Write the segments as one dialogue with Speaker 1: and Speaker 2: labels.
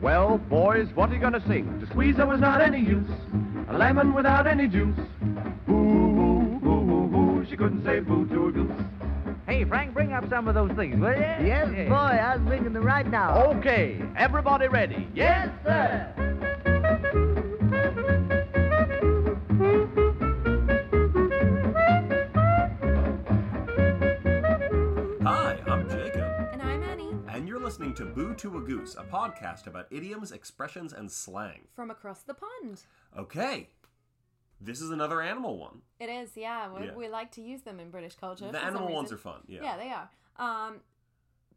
Speaker 1: Well, boys, what are you going to sing? The squeezer was not any use, a lemon without any juice. Boo, boo, boo, boo, boo. She couldn't say boo to a goose.
Speaker 2: Hey, Frank, bring up some of those things, will you?
Speaker 3: Yes, boy, I was thinking them right now.
Speaker 1: Okay, everybody ready? Yes, sir.
Speaker 4: Hi, I'm Jacob,
Speaker 5: And I'm Annie
Speaker 4: and you're listening to Boo to a Goose, a podcast about idioms, expressions, and slang.
Speaker 5: from across the pond.
Speaker 4: Okay, this is another animal one.
Speaker 5: It is, yeah. We,
Speaker 4: Yeah.
Speaker 5: we like to use them in British culture. for
Speaker 4: the
Speaker 5: some
Speaker 4: animal ones are
Speaker 5: reason.
Speaker 4: fun. Yeah.
Speaker 5: Yeah, they are. Um,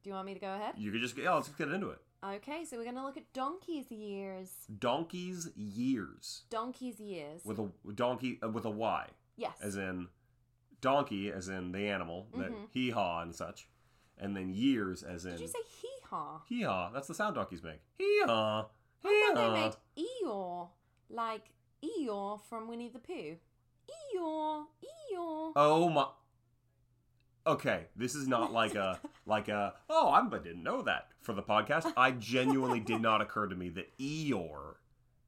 Speaker 5: do you want me to go ahead?
Speaker 4: You could just get, yeah, let's just get into it.
Speaker 5: Okay, so we're going to look at donkey's ears.
Speaker 4: Donkey's years
Speaker 5: Donkey's ears.
Speaker 4: with a donkey uh, with a Y,
Speaker 5: yes.
Speaker 4: as in donkey, as in the animal, that
Speaker 5: Mhm.
Speaker 4: hee haw and such, and then years as in
Speaker 5: Did you say hee haw?
Speaker 4: hee haw. That's the sound donkeys make. Hee haw.
Speaker 5: I thought they made Eeyore, like Eeyore from Winnie the Pooh. Eeyore, Eeyore.
Speaker 4: Oh my. Okay, this is not like a like a. Oh, I'm, I didn't know that for the podcast. I genuinely did not occur to me that Eeyore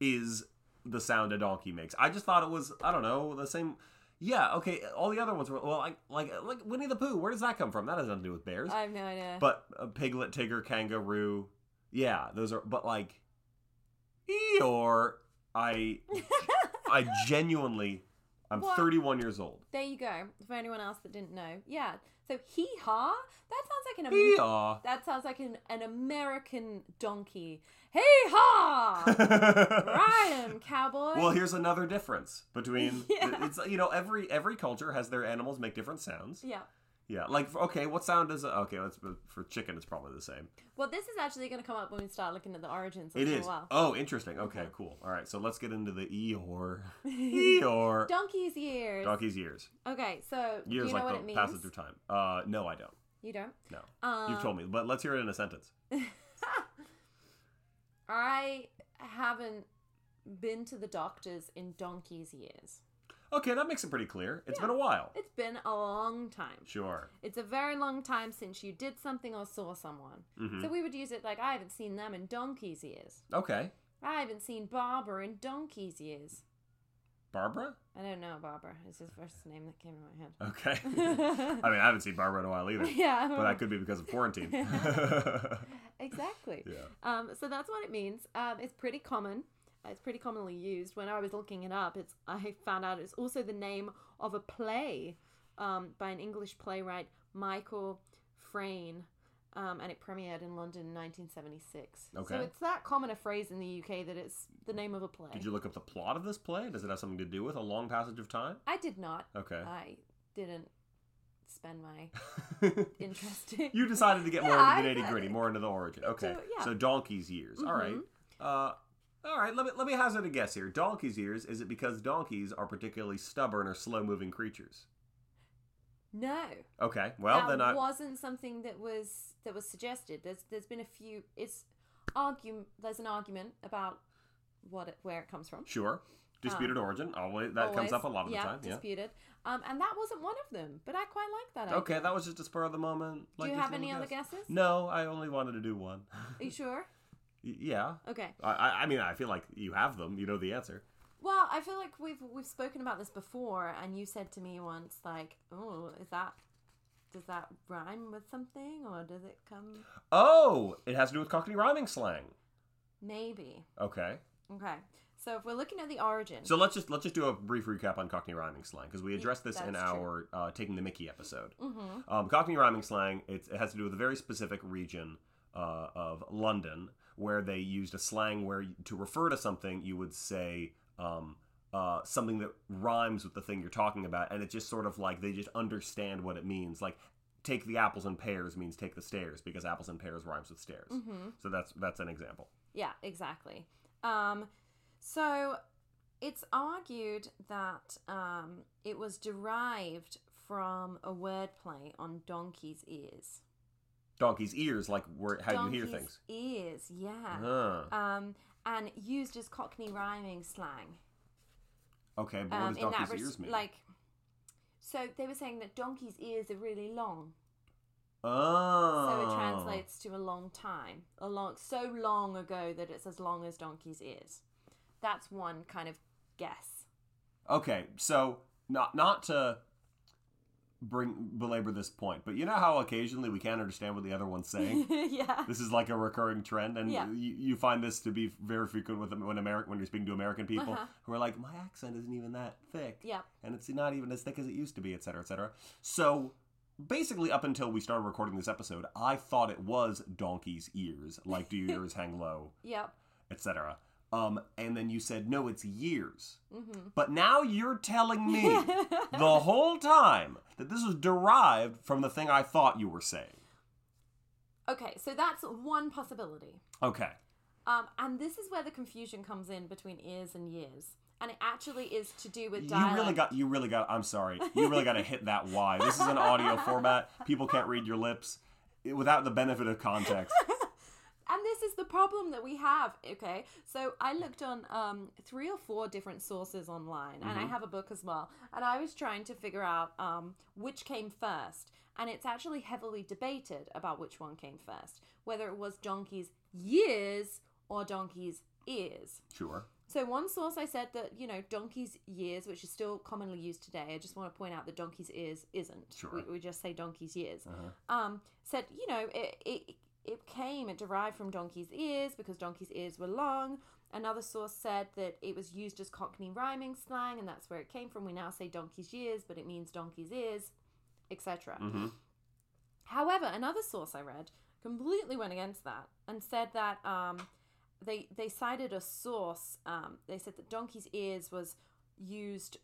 Speaker 4: is the sound a donkey makes. I just thought it was I don't know the same. Yeah, okay. All the other ones were well, like like like Winnie the Pooh. Where does that come from? That has nothing to do with bears.
Speaker 5: I have no idea.
Speaker 4: But uh, piglet, tigger, kangaroo. Yeah, those are. But like Eeyore, I I genuinely. I'm
Speaker 5: What?
Speaker 4: 31 years old.
Speaker 5: there you go. For anyone else that didn't know, yeah. So hee haw. That sounds like an amazing.
Speaker 4: Eeyore.
Speaker 5: That sounds like an, an American donkey. Hey ha! Ryan, cowboy.
Speaker 4: well, here's another difference between
Speaker 5: Yeah.
Speaker 4: it's you know every every culture has their animals make different sounds.
Speaker 5: yeah.
Speaker 4: Yeah, like for- okay, what sound is okay? That's for chicken. It's probably the same.
Speaker 5: Well, this is actually going to come up when we start looking at the origins. of
Speaker 4: It
Speaker 5: it
Speaker 4: is.
Speaker 5: as Well.
Speaker 4: Oh, interesting. Okay, cool. All right, so let's get into the Eeyore. Eeyore.
Speaker 5: Donkey's ears.
Speaker 4: Donkey's ears.
Speaker 5: Okay, so do
Speaker 4: Years
Speaker 5: you
Speaker 4: like
Speaker 5: know what
Speaker 4: the
Speaker 5: it means?
Speaker 4: passage through time. Uh, no, I don't.
Speaker 5: You don't.
Speaker 4: No,
Speaker 5: Um,
Speaker 4: you've told me, but let's hear it in a sentence.
Speaker 5: I haven't been to the doctors in donkey's years.
Speaker 4: Okay, that makes it pretty clear. It's been a while.
Speaker 5: It's been a long time.
Speaker 4: Sure.
Speaker 5: It's a very long time since you did something or saw someone.
Speaker 4: Mhm.
Speaker 5: So we would use it like I haven't seen them in donkey's years.
Speaker 4: Okay,
Speaker 5: I haven't seen Barbara in donkey's years.
Speaker 4: Barbara.
Speaker 5: I don't know Barbara. It's his first name that came to
Speaker 4: Okay. I mean,
Speaker 5: my head.
Speaker 4: I haven't seen Barbara in a while either.
Speaker 5: yeah.
Speaker 4: but that could be because of quarantine.
Speaker 5: Exactly.
Speaker 4: Yeah.
Speaker 5: Um, so that's what it means. Um, it's pretty common. Uh, It's pretty commonly used. When I was looking it up, it's I found out it's also the name of a play um, by an English playwright, Michael Frayn, um, and it premiered in London in 1976.
Speaker 4: Okay.
Speaker 5: So it's that common a phrase in the UK that it's the name of a play.
Speaker 4: Did you look up the plot of this play? Does it have something to do with a long passage of time?
Speaker 5: I did not.
Speaker 4: Okay.
Speaker 5: I didn't spend my interest in.
Speaker 4: you decided to get more
Speaker 5: Yeah,
Speaker 4: into the
Speaker 5: I-
Speaker 4: nitty gritty, more into the origin. Okay.
Speaker 5: yeah. Mm-hmm.
Speaker 4: So donkey's ears. All right. Uh, all right. Let me let me hazard a guess here. Donkey's ears. Is it because donkeys are particularly stubborn or slow moving creatures?
Speaker 5: No.
Speaker 4: Okay. Well,
Speaker 5: that
Speaker 4: then I.
Speaker 5: wasn't something that was that was suggested. There's there's been a few. It's argument. There's an argument about what it, where it comes from.
Speaker 4: Sure. Disputed origin. Always that comes
Speaker 5: Always.
Speaker 4: up a lot of
Speaker 5: yeah,
Speaker 4: the time. Yeah.
Speaker 5: disputed. Um, and that wasn't one of them, but I quite like that. Idea.
Speaker 4: Okay, that was just a spur of the moment.
Speaker 5: Do you
Speaker 4: just
Speaker 5: have
Speaker 4: a
Speaker 5: any
Speaker 4: little
Speaker 5: other
Speaker 4: guess.
Speaker 5: guesses?
Speaker 4: No, I only wanted to do one.
Speaker 5: Are you sure?
Speaker 4: Y- yeah.
Speaker 5: Okay.
Speaker 4: I- I, I mean, I feel like you have them. You know the answer.
Speaker 5: Well, I feel like we've we've spoken about this before, and you said to me once, like, "Oh, is that does that rhyme with something, or does it come
Speaker 4: Oh, it has to do with Cockney rhyming slang.
Speaker 5: maybe?"
Speaker 4: Okay,
Speaker 5: Okay. So if we're looking at the origin,
Speaker 4: so let's just let's just do a brief recap on Cockney rhyming slang because we addressed this in
Speaker 5: that's
Speaker 4: our uh, taking the Mickey episode.
Speaker 5: Mhm.
Speaker 4: Um, Cockney rhyming slang it's, it has to do with a very specific region uh, of London where they used a slang where y- to refer to something you would say. Um, uh, something that rhymes with the thing you're talking about, and it's just sort of like they just understand what it means. Like, take the apples and pears means take the stairs because apples and pears rhymes with stairs.
Speaker 5: Mhm.
Speaker 4: So that's that's an example.
Speaker 5: Yeah, exactly. Um, so it's argued that um, it was derived from a wordplay on donkey's ears.
Speaker 4: donkey's ears, like where how you hear
Speaker 5: Donkey's
Speaker 4: things. Ah.
Speaker 5: Ears, yeah.
Speaker 4: Huh.
Speaker 5: Um, and used as Cockney rhyming slang.
Speaker 4: Okay, but what
Speaker 5: Um,
Speaker 4: does donkey's
Speaker 5: res-
Speaker 4: ears mean?
Speaker 5: like, so they were saying that donkey's ears are really long.
Speaker 4: Oh.
Speaker 5: So it translates to a long time, a long, so long ago that it's as long as donkey's ears. That's one kind of guess.
Speaker 4: Okay, so not not to bring belabor this point, but you know how occasionally we can't understand what the other one's saying.
Speaker 5: yeah.
Speaker 4: this is like a recurring trend, and
Speaker 5: Yeah.
Speaker 4: you, you find this to be very frequent with when Ameri- when you're speaking to American people
Speaker 5: Uh-huh.
Speaker 4: who are like, "My accent isn't even that thick,
Speaker 5: Yeah.
Speaker 4: and it's not even as thick as it used to be, etc., etc." So. Basically, up until we started recording this episode, I thought it was donkey's ears, like do your ears hang low,
Speaker 5: Yep.
Speaker 4: etc. Um, and then you said, no, it's years.
Speaker 5: Mm-hmm.
Speaker 4: But now you're telling me the whole time that this was derived from the thing I thought you were saying.
Speaker 5: okay, so that's one possibility.
Speaker 4: Okay.
Speaker 5: Um, and this is where the confusion comes in between ears and years. And it actually is to do with
Speaker 4: You
Speaker 5: dialect.
Speaker 4: really got you really got I'm sorry. You really got to hit that Y. This is an audio format. People can't read your lips eh, without the benefit of context.
Speaker 5: and this is the problem that we have okay so i looked on um, three or four different sources online and i have a book as well and i was trying to figure out um, which came first and it's actually heavily debated about which one came first whether it was donkey's years or donkey's ears
Speaker 4: Sure.
Speaker 5: so one source I said that you know donkey's years, which is still commonly used today. I just want to point out that donkey's ears isn't.
Speaker 4: Sure.
Speaker 5: We, we just say donkey's years.
Speaker 4: Uh-huh.
Speaker 5: Um, said you know it, it it came it derived from donkey's ears because donkey's ears were long. Another source said that it was used as Cockney rhyming slang, and that's where it came from. We now say donkey's years, but it means donkey's ears, etc.
Speaker 4: Mhm.
Speaker 5: However, another source I read completely went against that and said that um, they they cited a source. Um, they said that donkey's ears was used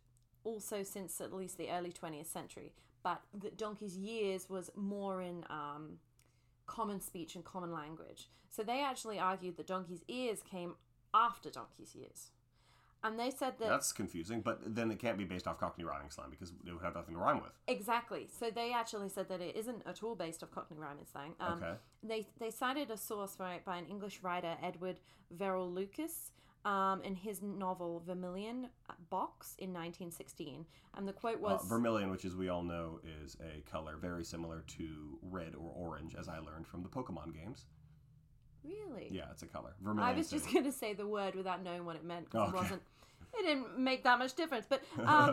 Speaker 5: also since at least the early 20th century, but that donkey's years was more in um, common speech and common language. So they actually argued that donkey's ears came after donkey's years, and they said that
Speaker 4: That's confusing, but then it can't be based off Cockney rhyming slang because it would have nothing to rhyme with.
Speaker 5: Exactly. So they actually said that it isn't at all based off Cockney rhyming slang. Um,
Speaker 4: Okay.
Speaker 5: They they cited a source by, by an English writer Edward Verrill Lucas um, in his novel Vermilion uh, Box in 1916, and the quote was
Speaker 4: Uh, vermilion, which as we all know is a color very similar to red or orange, as I learned from the Pokemon games.
Speaker 5: really.
Speaker 4: Yeah, it's a color. Vermilion.
Speaker 5: I was just
Speaker 4: City.
Speaker 5: going to say the word without knowing what it meant because
Speaker 4: Okay.
Speaker 5: it wasn't. It didn't make that much difference, but um,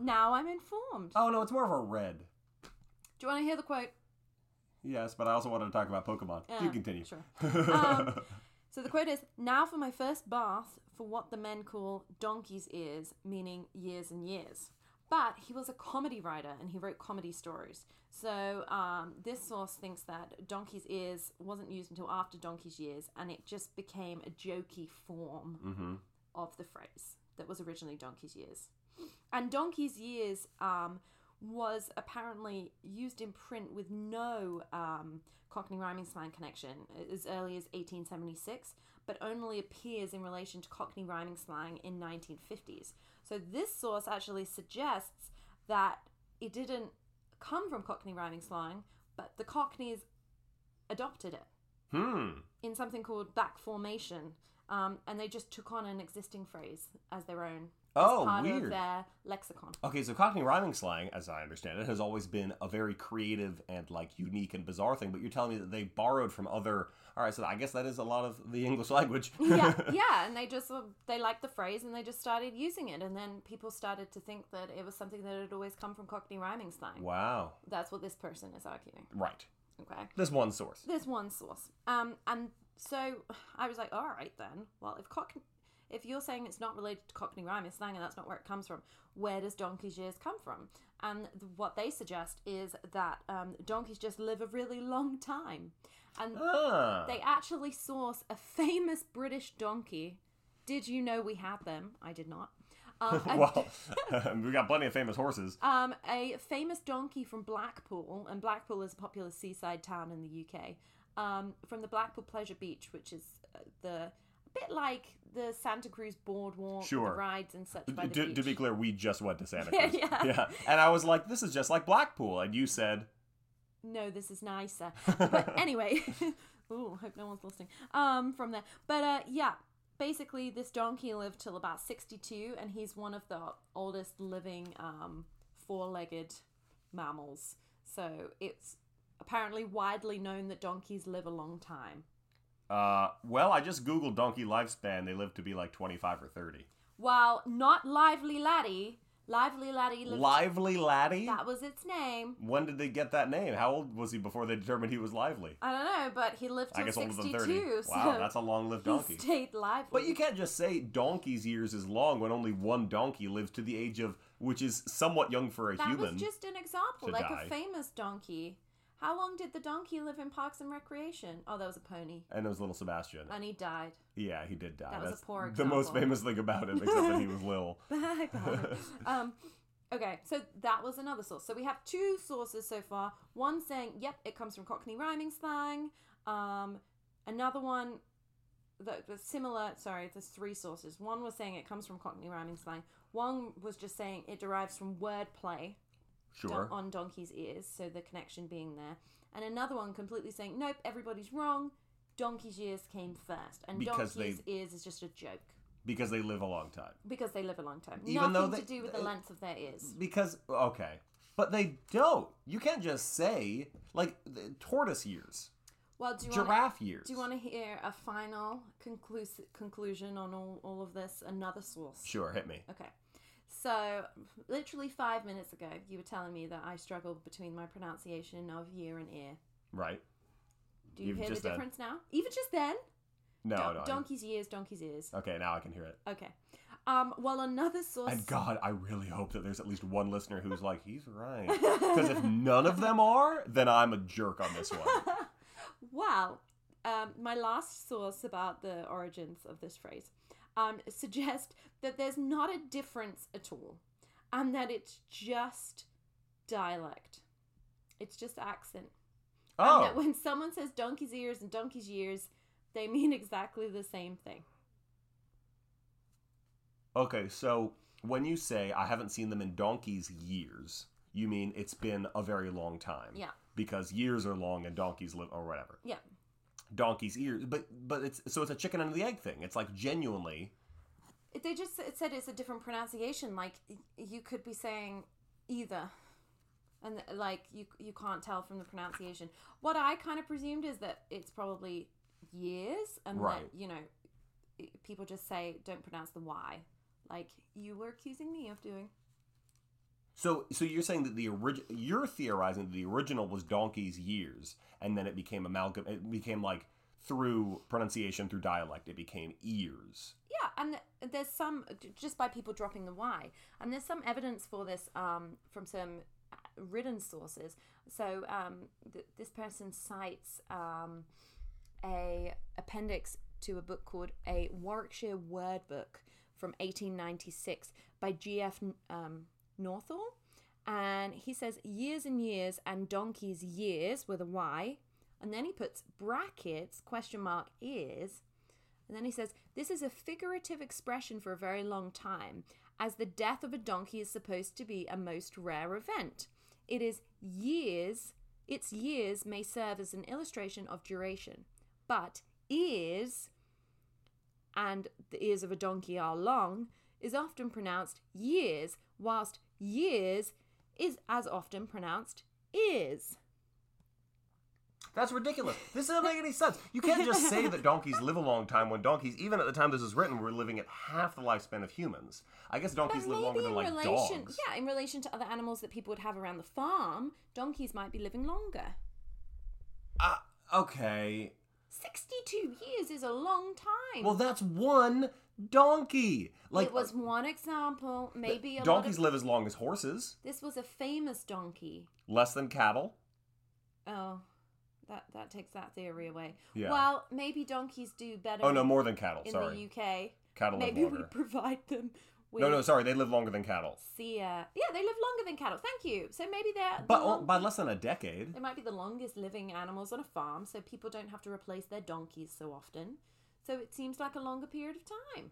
Speaker 5: now I'm informed.
Speaker 4: Oh no, it's more of a red.
Speaker 5: Do you want to hear the quote?
Speaker 4: Yes, but I also wanted to talk about Pokemon. you
Speaker 5: Uh,
Speaker 4: continue. Um,
Speaker 5: Sure. So the quote is Now for my first bath for what the men call donkey's ears, meaning years and years. But he was a comedy writer and he wrote comedy stories. So um, this source thinks that donkey's ears wasn't used until after donkey's years and it just became a jokey form
Speaker 4: mm-hmm.
Speaker 5: of the phrase that was originally donkey's years. And donkey's years um, was apparently used in print with no um, Cockney rhyming slang connection as early as 1876, but only appears in relation to Cockney rhyming slang in 1950s. So this source actually suggests that it didn't come from Cockney rhyming slang, but the Cockneys adopted it
Speaker 4: Hmm.
Speaker 5: in something called back formation, um, and they just took on an existing phrase as their own.
Speaker 4: Oh,
Speaker 5: as part
Speaker 4: weird.
Speaker 5: of their lexicon.
Speaker 4: Okay, so Cockney rhyming slang, as I understand it, has always been a very creative and like unique and bizarre thing. But you're telling me that they borrowed from other. All right, so I guess that is a lot of the English language.
Speaker 5: yeah, yeah, and they just were- they liked the phrase and they just started using it, and then people started to think that it was something that had always come from Cockney rhyming slang.
Speaker 4: Wow.
Speaker 5: That's what this person is arguing.
Speaker 4: Right.
Speaker 5: Okay.
Speaker 4: There's one source.
Speaker 5: There's one source. Um, and so I was like, all right then. Well, if Cockney, if you're saying it's not related to Cockney rhyming slang and that's not where it comes from, where does donkey's years come from? And th- what they suggest is that um, donkeys just live a really long time, and
Speaker 4: Ah.
Speaker 5: they actually source a famous British donkey. Did you know we had them? I did not. Um, a-
Speaker 4: well, we got plenty of famous horses.
Speaker 5: um, a famous donkey from Blackpool, and Blackpool is a popular seaside town in the UK, um, from the Blackpool Pleasure Beach, which is uh, the a bit like the Santa Cruz boardwalk,
Speaker 4: Sure.
Speaker 5: the rides and such by the
Speaker 4: To,
Speaker 5: beach.
Speaker 4: to be clear, we just went to Santa
Speaker 5: Yeah,
Speaker 4: Cruz.
Speaker 5: yeah.
Speaker 4: And I was like, this is just like Blackpool. And you said,
Speaker 5: no, this is nicer. But anyway, ooh, hope no one's listening. Um, from there, but uh, yeah, basically this donkey lived till about sixty-two, and he's one of the oldest living um four-legged mammals. So it's apparently widely known that donkeys live a long time.
Speaker 4: Uh, well, I just googled donkey lifespan. They live to be like 25 or 30.
Speaker 5: While not Lively Laddie, Lively Laddie lived.
Speaker 4: Lively laddie.
Speaker 5: that was its name.
Speaker 4: When did they get that name? How old was he before they determined he was lively?
Speaker 5: I don't know, but he lived
Speaker 4: I
Speaker 5: till
Speaker 4: guess older than
Speaker 5: 62.
Speaker 4: 30.
Speaker 5: So
Speaker 4: Wow, that's a long-lived donkey.
Speaker 5: He stayed lively.
Speaker 4: But you can't just say donkey's years is long when only one donkey lives to the age of, which is somewhat young for a
Speaker 5: That
Speaker 4: human.
Speaker 5: was just an example,
Speaker 4: to
Speaker 5: like
Speaker 4: die.
Speaker 5: a famous donkey. How long did the donkey live in Parks and Recreation? Oh, that was a pony.
Speaker 4: And it was little Sebastian.
Speaker 5: And he died.
Speaker 4: yeah, he did die.
Speaker 5: That was a
Speaker 4: That's
Speaker 5: poor
Speaker 4: the most
Speaker 5: example.
Speaker 4: famous thing about him, except that he was little.
Speaker 5: Bye, bye. um, okay, so that was another source. So we have two sources so far. One saying, yep, it comes from Cockney rhyming slang. Um, another one, the, the similar, sorry, there's three sources. One was saying it comes from Cockney rhyming slang. One was just saying it derives from wordplay don-
Speaker 4: Sure.
Speaker 5: on donkey's ears, so the connection being there. And another one completely saying, nope, everybody's wrong. Donkey's ears came first, and
Speaker 4: Because they-
Speaker 5: donkey's ears is just a joke
Speaker 4: Because they live a long time.
Speaker 5: because they live a long time.
Speaker 4: Even though
Speaker 5: Nothing to
Speaker 4: they- uh,
Speaker 5: do with the
Speaker 4: they-
Speaker 5: length of their ears.
Speaker 4: Because, okay. But they don't. You can't just say, like, the tortoise years,
Speaker 5: Well, do you want
Speaker 4: giraffe years.
Speaker 5: do you want to hear a final conclus- conclusion on all, all of this? Another source.
Speaker 4: Sure, hit me.
Speaker 5: Okay. So, literally five minutes ago, you were telling me that I struggled between my pronunciation of year and ear.
Speaker 4: Right.
Speaker 5: Do you
Speaker 4: Even
Speaker 5: hear the
Speaker 4: just then.
Speaker 5: difference now? Even just then?
Speaker 4: No,
Speaker 5: Don-
Speaker 4: no. I-
Speaker 5: donkey's ears, donkey's ears.
Speaker 4: Okay, now I can hear it.
Speaker 5: Okay. Um, well, another source.
Speaker 4: And God, I really hope that there's at least one listener who's like, he's right. Because if none of them are, then I'm a jerk on this one.
Speaker 5: Wow. Um, my last source about the origins of this phrase um, suggests that there's not a difference at all and that it's just dialect. It's just accent. And that
Speaker 4: Oh,
Speaker 5: when someone says donkey's ears and donkey's years, they mean exactly the same thing.
Speaker 4: okay. So when you say I haven't seen them in donkeys years, you mean it's been a very long time.
Speaker 5: Yeah.
Speaker 4: Because years are long and donkeys live or whatever.
Speaker 5: Yeah.
Speaker 4: Donkeys ears, but but it's so it's a chicken and the egg thing. It's like genuinely
Speaker 5: It- They just it said it's a different pronunciation. Like y- you could be saying either, and th- like you you can't tell from the pronunciation. What I kind of presumed is that it's probably years, and
Speaker 4: Right.
Speaker 5: that you know i- people just say don't pronounce the y, like you were accusing me of doing.
Speaker 4: So, so you're saying that the original, you're theorizing that the original was donkey's years, and then it became amalgam. It became like through pronunciation, through dialect, it became ears.
Speaker 5: Yeah, and th- there's some just by people dropping the Y, and there's some evidence for this um, from some uh, written sources. So um, th- this person cites um, a appendix to a book called a Warwickshire Word Book from 1896 by G. F. N- Um, Northall, and he says years and years and donkeys years with a Y, and then he puts brackets question mark ears. And then he says, This is a figurative expression for a very long time, as the death of a donkey is supposed to be a most rare event. It is years, its years may serve as an illustration of duration, but ears, and the ears of a donkey are long, is often pronounced years, whilst years is as often pronounced ears.
Speaker 4: That's ridiculous. This doesn't make any sense. You can't just say that donkeys live a long time when donkeys, even at the time this was written, were living at half the lifespan of humans. I guess donkeys live longer than like
Speaker 5: relation,
Speaker 4: dogs.
Speaker 5: yeah, in relation to other animals that people would have around the farm, donkeys might be living longer.
Speaker 4: Uh, okay.
Speaker 5: 62 years is a long time.
Speaker 4: Well, that's one donkey. Like uh,
Speaker 5: it was one example, maybe a
Speaker 4: donkeys
Speaker 5: lot of,
Speaker 4: live as long as horses,
Speaker 5: This was a famous donkey.
Speaker 4: less than cattle.
Speaker 5: Oh, that that takes that theory away.
Speaker 4: Yeah.
Speaker 5: Well, maybe donkeys do better.
Speaker 4: Oh no,
Speaker 5: in-
Speaker 4: more than cattle.
Speaker 5: in
Speaker 4: sorry.
Speaker 5: the UK.
Speaker 4: Cattle live
Speaker 5: maybe we
Speaker 4: longer.
Speaker 5: provide them with
Speaker 4: No, no, sorry, they live longer than cattle,
Speaker 5: See, uh, yeah, they live longer than cattle. Thank you. So maybe they're the
Speaker 4: but o-
Speaker 5: long-
Speaker 4: by less than a decade.
Speaker 5: They might be the longest living animals on a farm, so people don't have to replace their donkeys so often. So it seems like a longer period of time.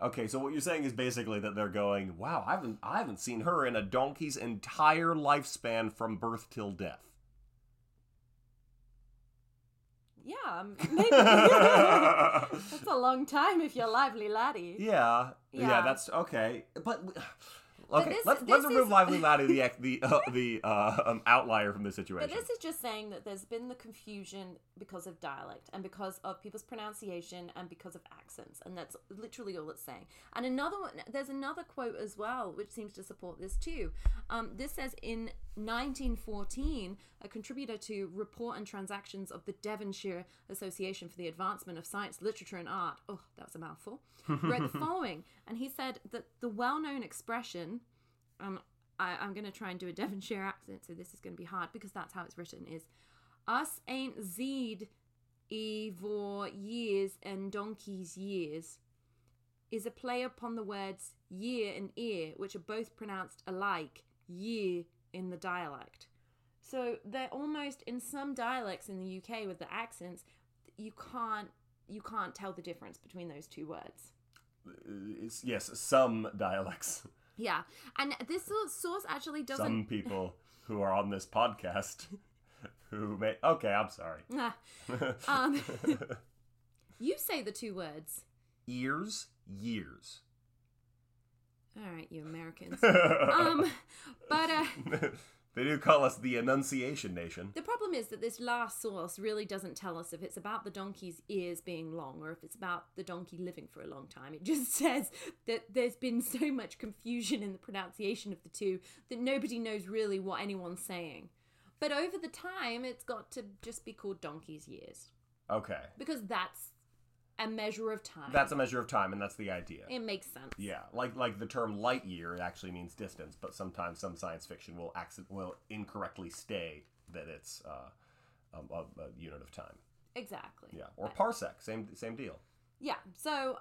Speaker 4: Okay, so what you're saying is basically that they're going, "Wow, I haven't, I haven't seen her in a donkey's entire lifespan from birth till death."
Speaker 5: Yeah, um, maybe. That's a long time if you're a lively laddie.
Speaker 4: yeah, yeah,
Speaker 5: Yeah.
Speaker 4: that's okay. But
Speaker 5: But
Speaker 4: Okay,
Speaker 5: this-
Speaker 4: let's
Speaker 5: this
Speaker 4: let's remove
Speaker 5: is-
Speaker 4: Lively Laddie the ex- the uh, the uh, um, outlier from this situation.
Speaker 5: But this is just saying that there's been the confusion because of dialect and because of people's pronunciation and because of accents, and that's literally all it's saying. And another one, there's another quote as well, which seems to support this too. Um, this says in 1914, a contributor to Report and Transactions of the Devonshire Association for the Advancement of Science, Literature, and Art. Oh, that was a mouthful. wrote the following, and he said that the well-known expression um, I, I'm going to try and do a Devonshire accent, so this is going to be hard because that's how it's written. Is us ain't zed evor years and donkeys years is a play upon the words year and ear, which are both pronounced alike, year in the dialect. So they're almost in some dialects in the UK with the accents, you can't you can't tell the difference between those two words.
Speaker 4: Uh, It's- yes, some dialects,
Speaker 5: Yeah, and this sor- source actually doesn't.
Speaker 4: some people who are on this podcast who may. Okay, I'm sorry.
Speaker 5: Ah. um, you say the two words.
Speaker 4: Ears, years.
Speaker 5: All right, you Americans. um, but uh,
Speaker 4: they do call us the Annunciation Nation.
Speaker 5: the problem is that this last source really doesn't tell us if it's about the donkey's ears being long or if it's about the donkey living for a long time. It just says that there's been so much confusion in the pronunciation of the two that nobody knows really what anyone's saying. But over the time, it's got to just be called donkey's years
Speaker 4: Okay,
Speaker 5: because that's a measure of time.
Speaker 4: that's a measure of time, and that's the idea.
Speaker 5: it makes sense.
Speaker 4: Yeah, like like the term light year it actually means distance, but sometimes some science fiction will accident will incorrectly stay that it's uh, um, a, a unit of time.
Speaker 5: Exactly.
Speaker 4: Yeah, or parsec, same same deal.
Speaker 5: yeah so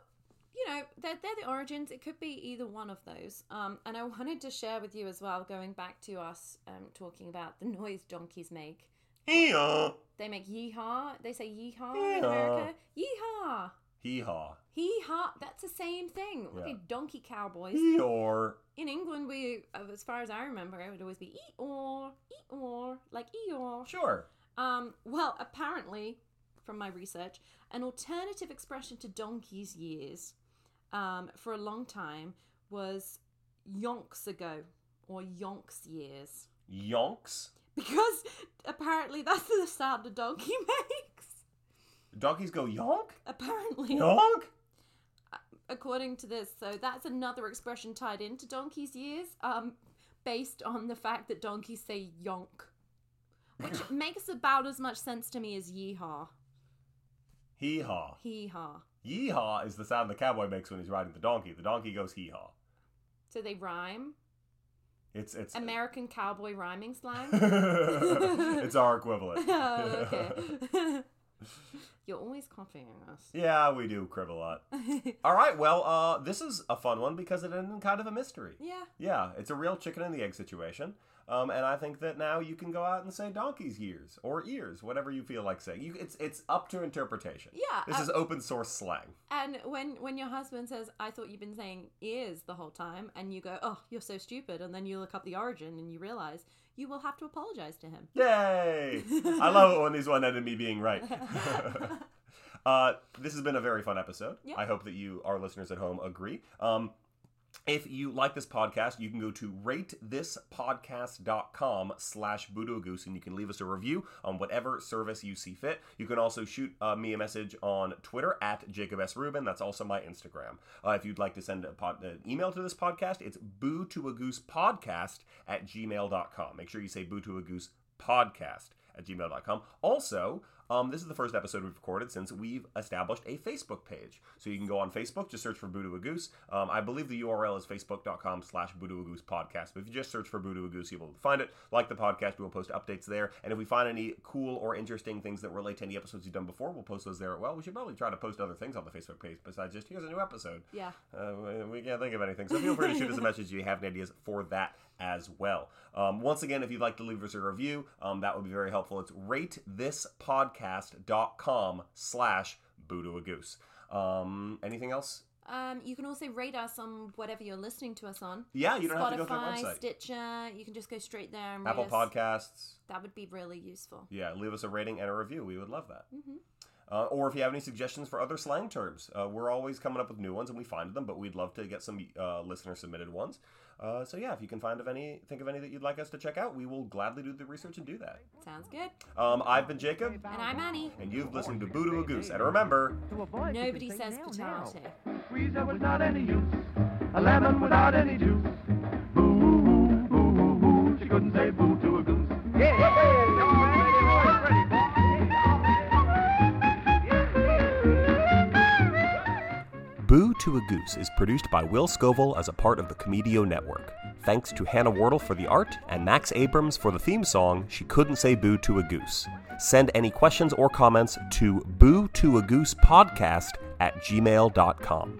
Speaker 5: you know they're, they're the origins it could be either one of those um, and i wanted to share with you as well going back to us um, talking about the noise donkeys make
Speaker 4: Hee haw,
Speaker 5: they make yeehaw they say yeehaw in
Speaker 4: Yeehaw.
Speaker 5: america yeehaw
Speaker 4: hee haw,
Speaker 5: hee haw that's the same thing
Speaker 4: Yeah.
Speaker 5: okay donkey cowboys
Speaker 4: hee or
Speaker 5: in england we as far as i remember it would always be eeyore eeyore like eeyore
Speaker 4: sure.
Speaker 5: um, well, apparently, from my research, an alternative expression to donkey's years um, for a long time was yonks ago or yonks years.
Speaker 4: Yonks.
Speaker 5: Because apparently that's the sound a donkey makes.
Speaker 4: Donkeys go yonk.
Speaker 5: Apparently,
Speaker 4: Yonk.
Speaker 5: according to this. So that's another expression tied into donkey's years um, based on the fact that donkeys say yonk, which makes about as much sense to me as yeehaw.
Speaker 4: Hee haw.
Speaker 5: Hee haw.
Speaker 4: Yee haw is the sound the cowboy makes when he's riding the donkey. The donkey goes hee haw.
Speaker 5: So they rhyme.
Speaker 4: It's it's
Speaker 5: American cowboy rhyming slang.
Speaker 4: it's our equivalent.
Speaker 5: oh, okay. You're always copying us.
Speaker 4: Yeah, we do crib a lot. All right, well, uh, this is a fun one because it ended in kind of a mystery.
Speaker 5: Yeah.
Speaker 4: Yeah, it's a real chicken and the egg situation. Um, and I think that now you can go out and say donkey's years or ears, whatever you feel like saying. You, it's it's up to interpretation.
Speaker 5: Yeah,
Speaker 4: this
Speaker 5: uh,
Speaker 4: is open source slang.
Speaker 5: And when when your husband says, "I thought you've been saying ears the whole time," and you go, "Oh, you're so stupid," and then you look up the origin and you realize you will have to apologize to him.
Speaker 4: Yay! I love it when these one ended me being right. uh, this has been a very fun episode.
Speaker 5: Yeah.
Speaker 4: I hope that you, our listeners at home, agree. Um, if you like this podcast, you can go to ratethispodcast.com slash Voodoo Goose and you can leave us a review on whatever service you see fit. You can also shoot uh, me a message on Twitter at Jacob S. Rubin. That's also my Instagram. Uh, if you'd like to send a pod, an email to this podcast, it's boo to a goose podcast at gmail.com. Make sure you say boo to a goose podcast at gmail.com. Also, um, this is the first episode we've recorded since we've established a Facebook page. So you can go on Facebook, just search for Boo to a Goose. Um, I believe the URL is facebook.com slash Boo to a Goose podcast. But if you just search for Boo to a Goose, you will find it. Like the podcast, we will post updates there. And if we find any cool or interesting things that relate to any episodes you've done before, we'll post those there as well. We should probably try to post other things on the Facebook page besides just here's a new episode.
Speaker 5: Yeah.
Speaker 4: Uh, we- we can't think of anything. So feel free to shoot us a message if you have any ideas for that as well. Um, once again, if you'd like to leave us a review, um, that would be very helpful. It's ratethispodcast.com slash boo to a goose. Um, anything else?
Speaker 5: Um, you can also rate us on whatever you're listening to us on.
Speaker 4: Yeah, you don't
Speaker 5: Spotify,
Speaker 4: have to go through our website.
Speaker 5: Stitcher. You can just go straight there and
Speaker 4: Apple
Speaker 5: rate us.
Speaker 4: Podcasts.
Speaker 5: That would be really useful.
Speaker 4: Yeah, leave us a rating and a review. We would love that. Uh, or if you have any suggestions for other slang terms, uh, we're always coming up with new ones and we find them, but we'd love to get some uh, listener submitted ones. Uh, so yeah, if you can find of any, think of any that you'd like us to check out, we will gladly do the research and do that.
Speaker 5: Sounds good.
Speaker 4: Um, I've been Jacob,
Speaker 5: And I'm Annie.
Speaker 4: and you've listened to Boo to a Goose. And remember,
Speaker 2: To avoid, you
Speaker 5: Nobody
Speaker 2: can say
Speaker 5: says
Speaker 2: now, now.
Speaker 5: fatality.
Speaker 1: Squeezer was not any use. A lemon without any juice. Boo, boo, boo, boo, boo. She couldn't say boo to a goose.
Speaker 4: Boo to a Goose is produced by Will Scoville as a part of the Comedio Network. Thanks to Hannah Wardle for the art and Max Abrams for the theme song, She Couldn't Say Boo to a Goose. Send any questions or comments to boo to a goose podcast at gmail.com.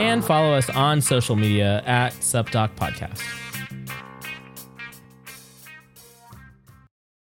Speaker 6: And follow us on social media at Subdoc Podcast.